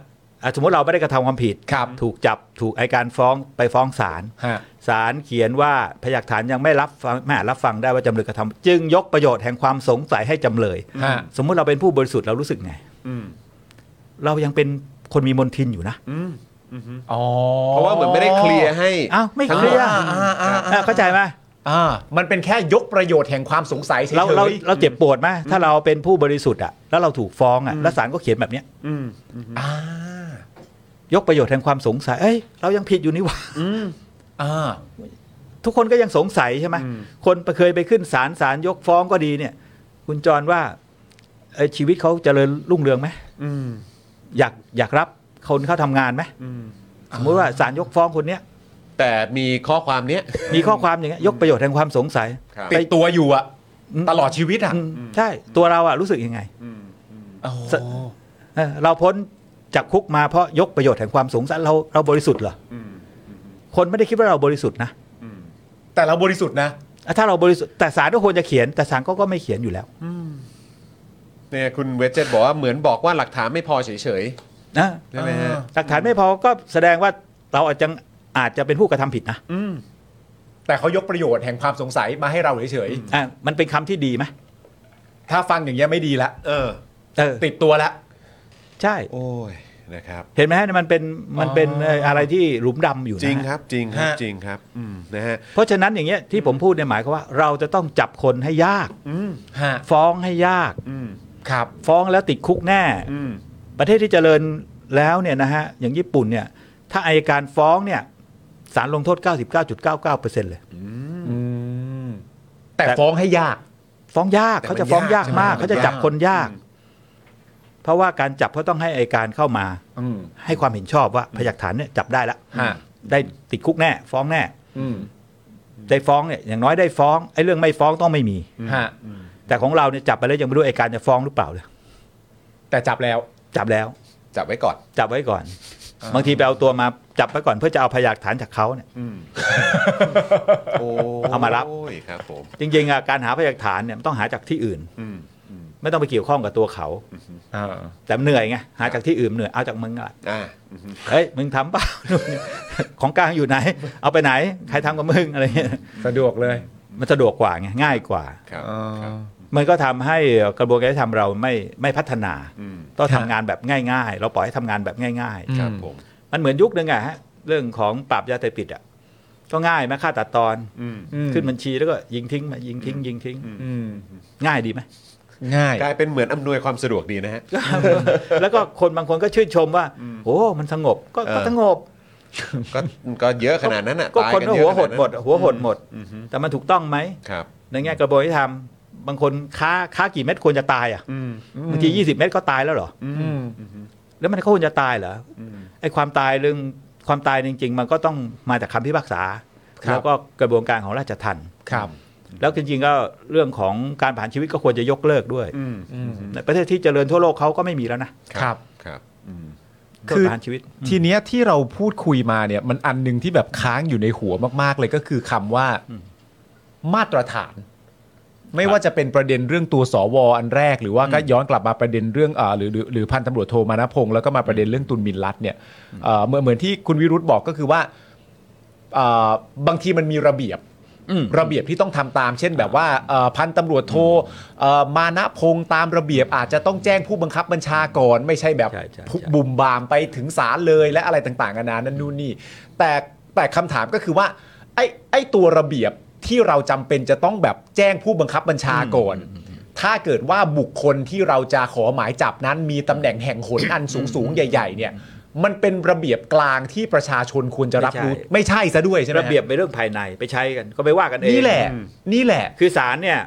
อ่ะสมมติเราไม่ได้กระทำความผิด
ครับ
ถูกจับถูกไอยการฟ้องไปฟ้องศาล
ฮะ
ศาลเขียนว่าพยานหลักฐานยังไม่รับฟังไม่อาจรับฟังได้ว่าจำเลยกระทำจึงยกประโยชน์แห่งความสงสัยให้จำเลย
ฮะ
สมมุติเราเป็นผู้บริสุทธิ์เรารู้สึกไง
อืม
เรายังเป็นคนมีมนทินอยู่นะ
อืมอืม
อ๋อ
เพราะว่าเหมือนไม่ได้เคลียร์ให้
อ้าวไม่
ทั้ง
เค
หม
ลี
ด
ยร์
อ่าอ่าอ่า
อ่ะเข้าใจไหม
อ่ามันเป็นแค่ยกประโยชน์แห่งความสงสัยเฉย
เราเรา
ๆ
เราเจ็บปวดไหมถ้าเราเป็นผู้บริสุทธิ์อ่ะแล้วเราถูกฟ้องอ่ะแล้วศาลก็เขียนแบบเนี้ย
อืม
อ่าย
กประโยชน์แห่งความสงสัยเอ้ยเรายังผิดอยู่นี่หว่า
อืม
อ่า
ทุกคนก็ยังสงสัยใช่ไหม
อืม
คนเคยไปขึ้นศาลศาลยกฟ้องก็ดีเนี่ย คุณจรว่าเอ้ยชีวิตเขาเจริญรุ่งเรืองไหม
อืม
อยากอยากรับคนเข้าทำงานไหม
อืม
สมมติว่าศาลยกฟ้องคนเนี้ย
แต่มีข้อความเนี้ย
มีข้อความอย่างเงี้ยยกประโยชน์แห่งความสงสัย
ครับ
ติดตัวอยู่อะ
อืม
ตลอดชีวิตอะ
อืมใช่ตัวเราอะรู้สึกยังไง
อืมอืม
โอ้โห
สะ เออเราพ้นจากคุกมาเพราะยกประโยชน์แห่งความสงสัยเราเราบริสุทธิ์เหรอ
อืม
คนไม่ได้คิดว่าเราบริสุทธิ์นะ
อืม
แต่เราบริสุทธิ์นะ
อ่ะถ้าเราบริสุทธิ์แต่ศาลก็ควรจะเขียน แต่ศาลก็ก็ไม่เขียนอยู่แล้ว
เนี่ยคุณเวจเจตบอกว่าเหมือนบอกว่าหลักฐานไม่พอเฉย
นะ
ๆใช่ไหมฮะ
อ่า
หลักฐานไม่พอก็แสดงว่าเราอาจจะอาจจะเป็นผู้กระทำผิดนะ
อืม
แต่เขายกประโยชน์แห่งความสงสัยมาให้เราเฉย
อ่ะมันเป็นคำที่ดีไหม
ๆถ้าฟังอย่างเงี้ยไม่ดีละ
เออ
เออ
ติดตัวละ
ใช่
โอ้ยนะครับ
เห็นไหมฮะมันเป็นมันเป็นเอ่ออะไรที่หลุมดำอยู่นะ
จริงครับ จริงครับ
ฮะ
จริงครับ อืมนะฮะ
เพราะฉะนั้นอย่างเงี้ยที่ผมพูดเนี่ยหมายความว่า เราจะต้องจับคนให้ยาก
อืม
ฮะ
ฟ้องให้ยาก
อืม
ครับ
ฟ้องแล้วติดคุกแน่
อืม
ประเทศที่เจริญแล้วเนี่ยนะฮะอย่างญี่ปุ่นเนี่ย ถ้าอายการฟ้องเนี่ยศาลลงโทษ 99.99%เลย
อืม
อืมแต่
แต่
ฟ้องให้ยาก
ฟ้องยาก
แต่มัน
เขาจะฟ้องยาก
ยาก
มาก
ใช่ไหม
เขาจะจับคนยาก
อืม
เพราะว่าการจับเขาต้องให้อายการเข้ามา
อืม
ให้ความเห็นชอบว่าพยานหลักฐานเนี่ยจับได้ละ
ฮะ
ได้ติดคุกแน่ ฟ้องแน่
อืม
ได้ฟ้องเนี่ยอย่างน้อยได้ฟ้องไอ้เรื่องไม่ฟ้องต้องไม่มี
ฮะ
แต่ของเราเนี่ยจับไปแล้วยังไม่รู้ไอ้การจะฟ้องหรือเปล่าเลย
แต่จับแล้ว
จับแล้ว
จับไว้ก่อน
จับไว้ก่อน บางทีไปเอาตัวมาจับไว้ก่อนเพื่อจะเอาพยานหลักฐานจากเขาเนี่ย
อืมโอ้
เอามารับ
โอ้ยครับผม
จริงๆอ่ะการหาพยานหลักฐานเนี่ยมันต้องหาจากที่อื่น
อืมอืม
ไม่ต้องไปเกี่ยวข้องกับตัวเขา
อ่า
แต่เหนื่อยไงหาจากที่อื่นเหนื่อยเอาจากมึงอะ
อ่าอืม
เฮ้ยมึงทำเปล่า ของกลางอยู่ไหน เอาไปไหนใครทำกับมึงอะไรเงี้ย
สะดวกเลย
มันสะดวกกว่าไงง่ายกว่า
ครับ
อ่
ครั
า
บ
มันก็ทำให้กระบวนการยุติธรรมเราไม่ไม่พัฒนา
อืม
ต้องทำงานแบบง่ายๆ เราปล่อยให้ทำงานแบบง่าย ๆ
ครับผม
มันเหมือนยุคนึงอะฮะเรื่องของปราบยาเสพติดอะก็ง่ายไหมฆ่าตัดตอน
อืม
อืม
ขึ้นบัญชีแล้วก็ยิงทิ้งมายิงทิ้ง ยิงทิ้ง
อืม
ง่ายดีไหม
ง่าย
กลายเป็นเหมือนอำนวยความสะดวกดีนะฮะ
แล้วก็คนบางคนก็ชื่นชมว่าโอ้มันสงบก็
เออ
ก็สงบ
ก็ก็เยอะขนาดนั้นอ่ะ
ก็
ตาย
คน
กั
ก็
เย
หัว
อะ
หดหมด
ขานั้น
หัวหดหมด
อืม
แต่มันถูกต้องไหม
ครับ
ในแง่กระบวนการยุติธรรมบางคนค้าค้ากี่เม็ดควรจะตายอ่ะ
อืม
บางทียี่สิบเม็ดก็ตายแล้วเหรอ
อืม
แล้วมันก็ควรจะตายเหรอ
อืม
ไอ้ความตายเรื่องความตายจริง ๆ มันก็ต้องมาจากคำพิพากษา
ครับ
แล้วก็กระบวนการของราชทัณฑ์
ครับ
แล้วจริงๆก็เรื่องของการผ่านชีวิตก็ควรจะยกเลิกด้วย
อืม
อืม
ในประเทศที่เจริญทั่วโลกเขาก็ไม่มีแล้วนะครับ
ครับอืม
โทษ
คือ
ประหารชีวิต
ทีเนี้ยที่เราพูดคุยมาเนี่ย มันอันหนึ่งที่แบบค้างอยู่ในหัวมากๆเลยก็คือคำว่ามาตรฐาน ไม่ว่าจะเป็นประเด็นเรื่องตัวสวอันแรก หรือว่าก็ย้อนกลับมาประเด็นเรื่องเอ่อหรือหรือหรือพันตำรวจโทมานะพงศ์แล้วก็มาประเด็นเรื่องตุนมินลัดเนี่ยเอ่อเหมือนเหมือนที่คุณวิรุธบอกก็คือว่าเอ่อบางทีมันมีระเบียบ
อืม
ระเบียบที่ต้องทำตาม เช่นแบบว่าเอ่อพันตำรวจโทเอ่อมานะพงศ์ตามระเบียบอาจจะต้องแจ้งผู้บังคับบัญชาก่อนไม่ใช่แบบ
ใช่ใช่ใช่
พุบุ่มบามไปถึงศาลเลยและอะไรต่างๆนานานั่นนู่นนี่แต่แต่คำถามก็คือว่าไอ้ไอ้ตัวระเบียบที่เราจำเป็นจะต้องแบบแจ้งผู้บังคับบัญชาก่อน ถ้าเกิดว่าบุคคลที่เราจะขอหมายจับนั้น มีตำแหน่งแห่งหนอันสูงๆใหญ่ ๆ เนี่ยมันเป็นระเบียบกลางที่ประชาชนควรจะรับรู้ไม่ใช่ซะด้วยใช่ไหมฮ
ระเบียบเป็นเรื่องภายในไปใช้กันก็ไปว่ากันเอง
นี่แหละ นี่แหละ
คือศาลเนี่ย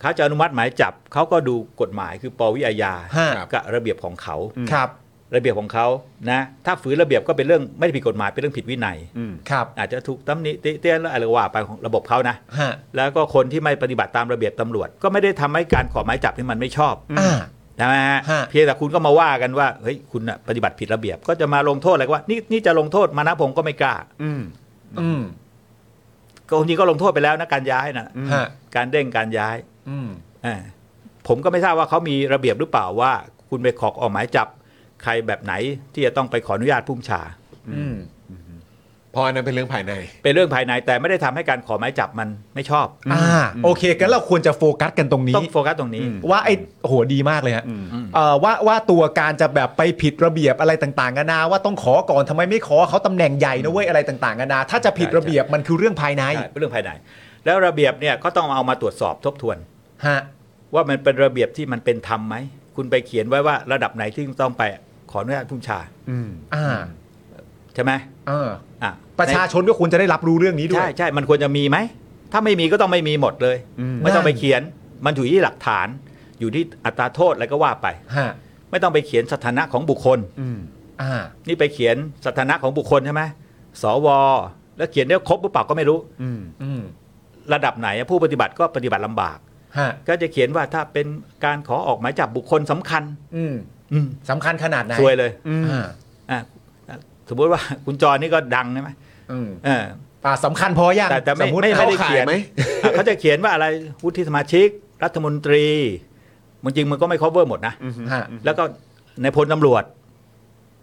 เขาจะอนุมัติหมายจับเขาก็ดูกฎหมายคือปวิอาญา
ฮะ
กับระเบียบของเขา
ครับ
ระเบียบของเขานะถ้าฝืนระเบียบก็เป็นเรื่องไม่ได้ผิดกฎหมายเป็นเรื่องผิดวินัย
อืม
ครับ
อาจจะถูกตำหนิติเตียนแล้วอะไรก็ว่าไปของระบบเขานะ
ฮะ
แล้วก็คนที่ไม่ปฏิบัติตามระเบียบตำรวจ ก็ไม่ได้ทำให้การขอหมายจับนี่มันไม่ชอบ
อ่า
ใช่ไหมฮะ
ฮะ
เพียงแต่คุณก็มาว่ากันว่าเฮ้ยคุณน่ะปฏิบัติผิดระเบียบก็จะมาลงโทษอะไรก็ว่านี่นี่จะลงโทษมานะผมก็ไม่กล้า
อืม
อืม
ก็จริงก็ลงโทษไปแล้วนะการย้ายนะ
อืม
ฮะ
การเด้งการย้าย
อืม
อ่าผมก็ไม่ทราบว่าเขามีระเบียบหรือเปล่าว่า คุณไปขอออกหมายจับใครแบบไหนที่จะต้องไปขออนุญาตผู้บัญชา
อืม
พออันนั้นเป็นเรื่องภายใน
เป็นเรื่องภายในแต่ไม่ได้ทำให้การขอหมายจับมันไม่ชอบ
อ่า โอเคกันเราควรจะโฟกัสกันตรงนี้
ต้องโฟกัสตรงนี้
อืม
ว่าไอ้โอ้โหดีมากเลยฮะ
อืม
เอ่อว่าว่าตัวการจะแบบไปผิดระเบียบอะไรต่างๆนานาว่าต้องขอก่อนทำไมไม่ขอเขาตำแหน่งใหญ่นะเว้ยอะไรต่างๆนานาถ้าจะผิดระเบียบมันคือเรื่องภายใน
ใช่เป็นเรื่องภายใน แล้วระเบียบเนี่ยก็ต้องเอามาตรวจสอบทบทวน
ฮะ
ว่ามันเป็นระเบียบที่มันเป็นธรรมไหม คุณไปเขียนไว้ว่าระดับไหนที่ต้องไปขออนุญาตผู้บัญชา
อ่า
ใช่ไหม
เออ
อ่ะ
ประชาชนก็ควรจะได้รับรู้เรื่องนี้ด้ว
ใช่
ย
ใช่มันควรจะมีไหม ถ้าไม่มีก็ต้องไม่มีหมดเลย ไม่ต้องไปเขียนมันอยู่ที่หลักฐาน อยู่ที่อัตราโทษอะไรก็ว่าไป
ฮะ
ไม่ต้องไปเขียนสถานะของบุคคล
อ่า
นี่ไปเขียนสถานะของบุคคลใช่ไหมสว แล้วเขียนได้ครบหรือเปล่าก็ไม่รู้
อืม
ระดับไหนผู้ปฏิบัติก็ปฏิบัติลำบาก
ฮะ
ก็จะเขียนว่าถ้าเป็นการขอออกหมายจับบุคคลสำคัญ
อืม
อืม
สำคัญขนาดไหน
ซวยเลย
อ่า
อ่ะสมมติว่า คุณจรนี่ก็ดังใช่ไหม
อืม
เออ
อ่าสำคัญพอยัง
แต่แต่ไม่
สติ
ไม่ไม่ได้
เข้าข่า
เขียน
ไหม
อ่ะเขาจะเขียนว่าอะไรวุฒิสมาชิก รัฐมนตรีมันจริงมันก็ไม่ cover หมดนะ
ฮะ
แล้วก็ในพลตำรวจ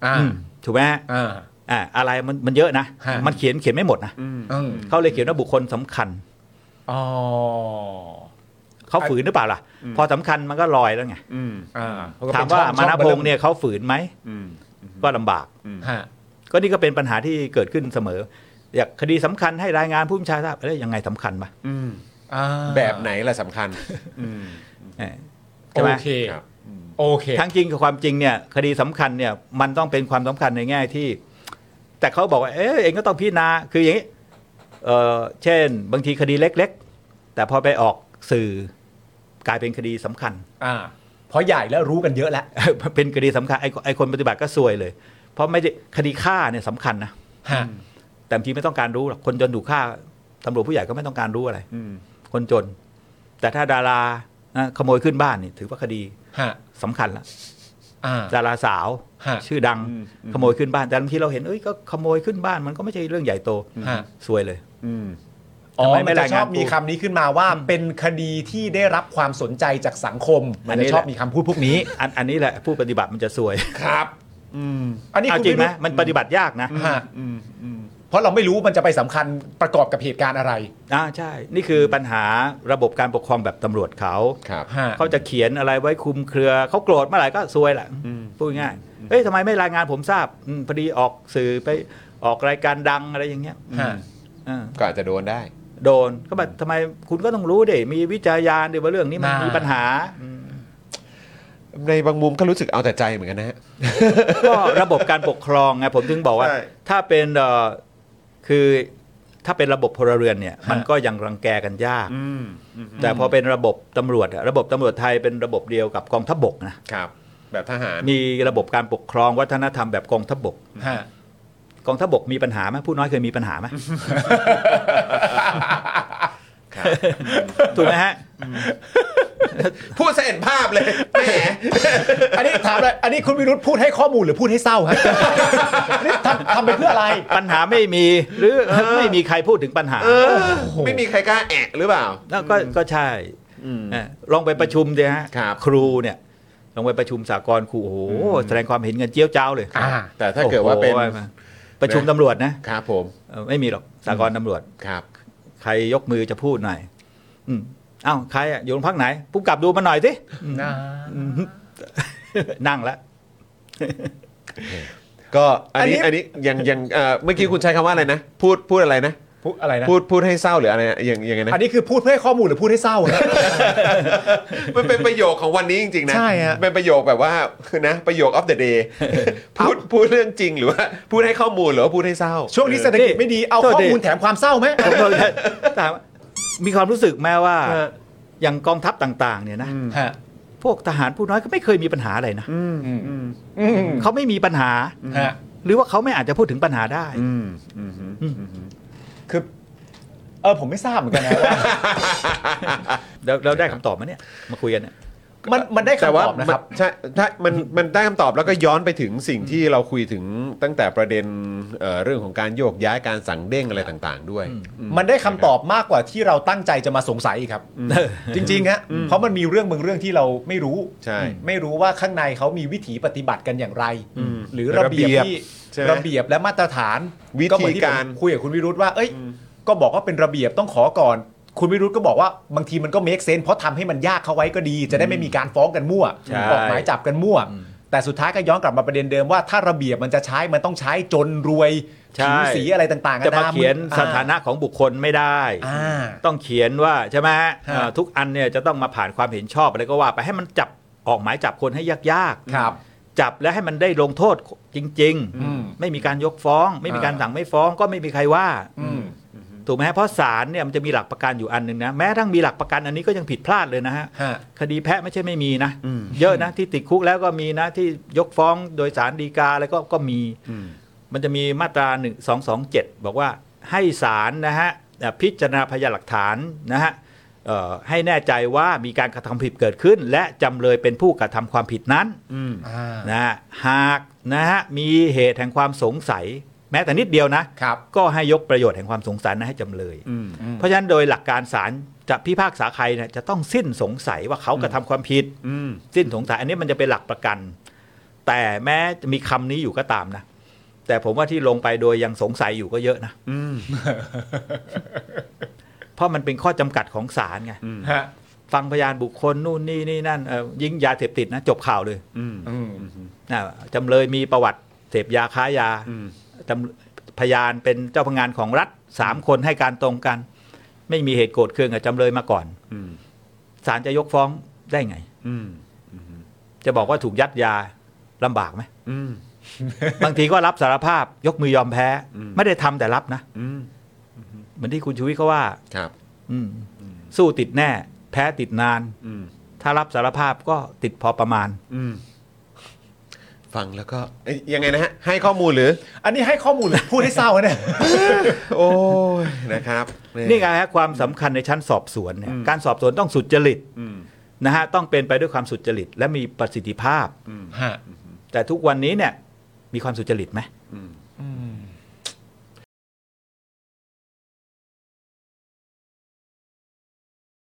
อ่า
อืมถูกไหมฮะ
อ่า
อ่ะอะไรมันมันเยอะนะ
ฮะ
มันเขียนเขียนไม่หมดนะ
อืม
เขาเลยเขียนว่าบุคคลสำคัญ
อ๋อ
เขาฝืนหรือเปล่าล่ะ พอสำคัญมันก็ลอยแล้วไง
อ่าเขก็
ถา
เป็น
มว่า
ช่อง
มานะพงษ์
ช่อ
เนี่ยเขาฝืนไหมก็ลำบาก
บิ่มฮะ
ก็นี่ก็เป็นปัญหาที่เกิดขึ้นเสมอ อยากคดีสำคัญให้รายงานผู้บัญชาทราบแล้วยังไงสำคัญปะ
อ่า
แบบไหนล่ะสำคัญ
เออใช่
โอ
ไหม
เค
ครับ
โอเค
ทั้งจริงกับความจริงเนี่ยคดีสำคัญเนี่ยมันต้องเป็นความสำคัญในแง่ที่ แต่เขาบอกว่าเออเองก็ต้องพิจารณาคืออย่างนี้เออเช่น บางทีคดีเล็ก ๆ แต่พอไปออกสื่อกลายเป็นคดีสำคัญ
อ่าเพราะใหญ่แล้วรู้กันเยอะแล้ว
เออเป็นคดีสำคัญไอ้ไอ้คนปฏิบัติก็ซวยเลย เพราะไม่ได้คดีฆ่าเนี่ยสำคัญนะ
ฮะ
แต่บางทีไม่ต้องการรู้หรอกคนจนถูกฆ่าตำรวจผู้ใหญ่ก็ไม่ต้องการรู้อะไร คนจน แต่ถ้าดารานะขโมยขึ้นบ้านนี่ถือว่าคดี
ฮะ
สำคัญละ
อ่า
ดาราสาว
ฮะ
ชื่อดังขโมยขึ้นบ้าน แต่บางทีเราเห็นเอ้ยก็ขโมยขึ้นบ้านมันก็ไม่ใช่เรื่องใหญ่โต
ฮะ
ซวยเลย
อ๋อ
ทำไม
มั
ไม่
นจะ
ราย
ช
งาน
อบมีคำนี้ขึ้นมาว่าเป็นคดีที่ได้รับความสนใจจากสังคม
อั
มัน
นนี้
จะ
แห
ช
ละ
อบมีคำพูดพวกนี้
อันอันนี้แหละผู้ปฏิบัติมันจะซวย
ครับอันนี้
เอา
คุณ
จริงไหม
ไม่
มันปฏิบัติยากนะ
รู้ฮะเพราะเราไม่รู้มันจะไปสำคัญประกอบกับเหตุการณ์อะไร
อ่าใช่ นี่คือปัญหาระบบการปกครองแบบตำรวจเขา
ครับ
ฮะ
เขาจะเขียนอะไรไว้คลุมเครือเขาโกรธเมื่อไหร่ก็ซวยแหละพูดง่ายๆเอ้ยทำไมไม่รายงานผมทราบอืมพอดีออกสื่อไปออกรายการดังอะไรอย่างเงี้ย
ฮะ
เออ
ก็อาจจะโดนได้
โดนก็แบบทำไมคุณก็ต้องรู้เดมีวิจารยานเดี๋ยวว่าเรื่องนี้มัน
น่ามี
มีปัญหาอืม
ในบางมุมก็รู้สึกเอาแต่ใจเหมือนกันนะฮะ
ก็ระบบการปกครองไงผมถึงบอกว่า
ใช่
ถ้าเป็นเอ่อคือถ้าเป็นระบบพลเรือนเนี่ย มันก็ยังรังแกกันยาก แต่พอเป็นระบบตำรวจอะระบบตำรวจไทยเป็นระบบเดียวกับกองทัพบกนะครับ
แบบทหาร
มีระบบการปกครองวัฒนธรรมแบบกองทัพบก
ฮะ
กองทัพบกมีปัญหาไหมผู้น้อยเคยมีปัญหาไหม ถูกไหมฮะ
พูดเสเห็นภาพเลยแหม
อันนี้ถามเลยอันนี้คุณวิรุธพูดให้ข้อมูลหรือพูดให้เศร้าฮะ อันนี้ทำทำไปเพื่ออะไร
ปัญหาไม่มีหรือไม่มีใครพูดถึงปัญหา
เออ ไม่มีใครกล้าแอกหรือเปล่า
แล้วก็ก็ใช่เออลองไปประชุมดีฮะ
ครับ
ครูเนี่ยลองไปประชุมสากลครูโอ้โหแสดงความเห็นกันเจี๊ยวเจ้าเลย
อ่า
แต่ถ้าเกิดว่าเป็น
โอ้โหประชุมตำรวจนะครับ
ผม
เออไม่มีหรอกสากลตำรวจ
ครับ
ใครยกมือจะพูดหน่อย อืมเอ้าวใครอะอยู่โรงพักไหนผู้กำกับดูมาหน่อยสิอืม
นะ
นั่ง แล้ว
ก็อันนี้อันนี้ยังยังเอ่อเมื่อกี้คุณใช้คำว่าอะไรนะ พูดพูดอะไรนะ
พูดอะไรนะ
พูดพูดให้เศร้าหรืออะไรนะยังยังไงนะ
อันนี้คือพูดเพื่อให้ข้อมูลหรือพูดให้เศร้าฮะ
มันเป็นประโยคของวันนี้จริงๆนะ
ใช่ฮะ
เป็นประโยคแบบว่านะ ประโยค of the day พูดพูดเรื่องจริงหรือว่า พูดให้ข้อมูลหรือว่าพูดให้เศร้า
ช่วงนี้เศรษฐกิจไม่ดีเอาข้อมูลแถมความเศร้าไหม
ผมก็เลยถามว่ามีความรู้สึกแม้ว่า
ฮะ
อย่างกองทัพต่าง ๆ เนี่ยนะ
ฮะ
พวกทหารผู้น้อยก็ไม่เคยมีปัญหาอะไรนะ
อืม
เขาไม่มีปัญหา
ฮะ
หรือว่าเขาไม่อาจจะพูดถึงปัญหาได้
คือ เออ ผมไม่ทราบเหมือนกันนะว่า
เราเราได้คำตอบมาเนี่ยมาคุยกันเนี่ย
มันมันได้
แต่
คำต
ว่า
อบนะครับ
มันใช่ถ้ามันมันได้คำตอบแล้วก็ย้อนไปถึงสิ่งที่เราคุยถึงตั้งแต่ประเด็นเอ่อเรื่องของการโยกย้ายการสั่งเด้งอะไรต่าง ๆ ด้วย
มันได้คำตอบมากกว่าที่เราตั้งใจจะมาสงสัยอีกครับ จริงๆฮะเพราะมันมีเรื่องบางเรื่องที่เราไม่รู้
ใช่
ไม่รู้ว่าข้างในเขามีวิถีปฏิบัติกันอย่างไร หรือ
ระ
ระ
เบี
เบี
ยบ
ย
บ
ที่
ใช่ไหม
ระเบียบและมาตรฐาน
วิธี
เหมือนที่ผม
การ
คุยกับคุณวิรุธว่า เอ้ย ก็บอกว่าเป็นระเบียบต้องขอก่อน คุณวิรุธก็บอกว่าบางทีมันก็เมคเซนเพราะทำให้มันยากเข้าไว้ก็ดี จะได้ไม่มีการฟ้องกันมั่ว
ใช่
ออกหมายจับกันมั่ว แต่ แต่สุดท้ายก็ย้อนกลับมาประเด็นเดิมว่าถ้าระเบียบมันจะใช้มันต้องใช้จนรวย
ใช่
ผิวสีอะไรต่างๆ
จะมา
อ
เขียน
อ่
สถานะของบุคคลไม่ได้
อ่า
ต้องเขียนว่าใช่ไหมฮะเอ่อ
ฮะ
ทุกอันเนี่ยจะต้องมาผ่านความเห็นชอบอะไรก็ว่าไปให้มันจับออกหมายจับคนให้ยากๆ
ครับ
จับและให้มันได้ลงโทษจริง
อืม
ๆ ไม่มีการยกฟ้อง ไม่มีการ
อ่า
สั่งไม่ฟ้องก็ไม่มีใครว่า
อืม
ถูกไหมฮะเพราะศาลเนี่ยมันจะมีหลักประกันอยู่อันหนึ่งนะแม้ทั้งมีหลักประกันอันนี้ก็ยังผิดพลาดเลยนะฮะ
ฮะ
คดีแพะไม่ใช่ไม่มีนะ เยอะนะที่ติดคุกแล้วก็มีนะที่ยกฟ้องโดยสารดีกาแล้วก็ก็มี มันจะมีมาตรา1 2 2 7 บอกว่าให้ศาลนะฮะเอ่อพิจารณาพยานหลักฐานนะฮะเอ่อให้แน่ใจว่ามีการกระทำผิดเกิดขึ้น และจำเลยเป็นผู้กระทำความผิดนั้น
อ่า
นะฮะหากนะฮะมีเหตุแห่งความสงสัย แม้แต่นิดเดียวนะ
ครับ
ก็ให้ยกประโยชน์แห่งความสงสัยนะให้จำเลย เพราะฉะนั้นโดยหลักการศาลจะพิพากษาใครเนี่ยจะต้องสิ้นสงสัยว่าเขากระทำความผิด สิ้นสงสัย อันนี้มันจะเป็นหลักประกัน แต่แม้จะมีคำนี้อยู่ก็ตามนะ แต่ผมว่าที่ลงไปโดยยังสงสัยอยู่ก็เยอะนะ เพราะมันเป็นข้อจำกัดของศาลไง
ฮะ
ฟังพยานบุคคลนู่นนี่นี่นั่นเอ่อยิงยาเสพติดนะ จบข่าวเลย
อืม
นะจำเลยมีประวัติเสพยาค้ายา จำพยานเป็นเจ้าพนักงานของรัฐสามคนให้การตรงกัน ไม่มีเหตุโกรธเคืองกับจำเลยมาก่อนศาลจะยกฟ้องได้ไง จะบอกว่าถูกยัดยาลำบากไหม บางทีก็รับสารภาพยกมือยอมแพ้ ไม่ได้ทำแต่รับนะ เหมือนที่คุณชูวิทย์เขาว่า
ครับ
อืมสู้ติดแน่ แพ้ติดนาน ถ้ารับสารภาพก็ติดพอประมาณ
ฟังแล้วก็เอ้ยยังไงนะฮะ ให้ข้อมูลหรือ
อันนี้ให้ข้อมูลหรือพูดให้เศร้าเนี่ย
โอ้ยนะครับ
นี่ไงฮะความสำคัญในชั้นสอบสวนเนี่ยการสอบสวนต้องสุจริตนะฮะต้องเป็นไปด้วยความสุจริต และมีประสิทธิภาพ
ฮะ
แต่ทุกวันนี้เนี่ยมีความสุจริตไหม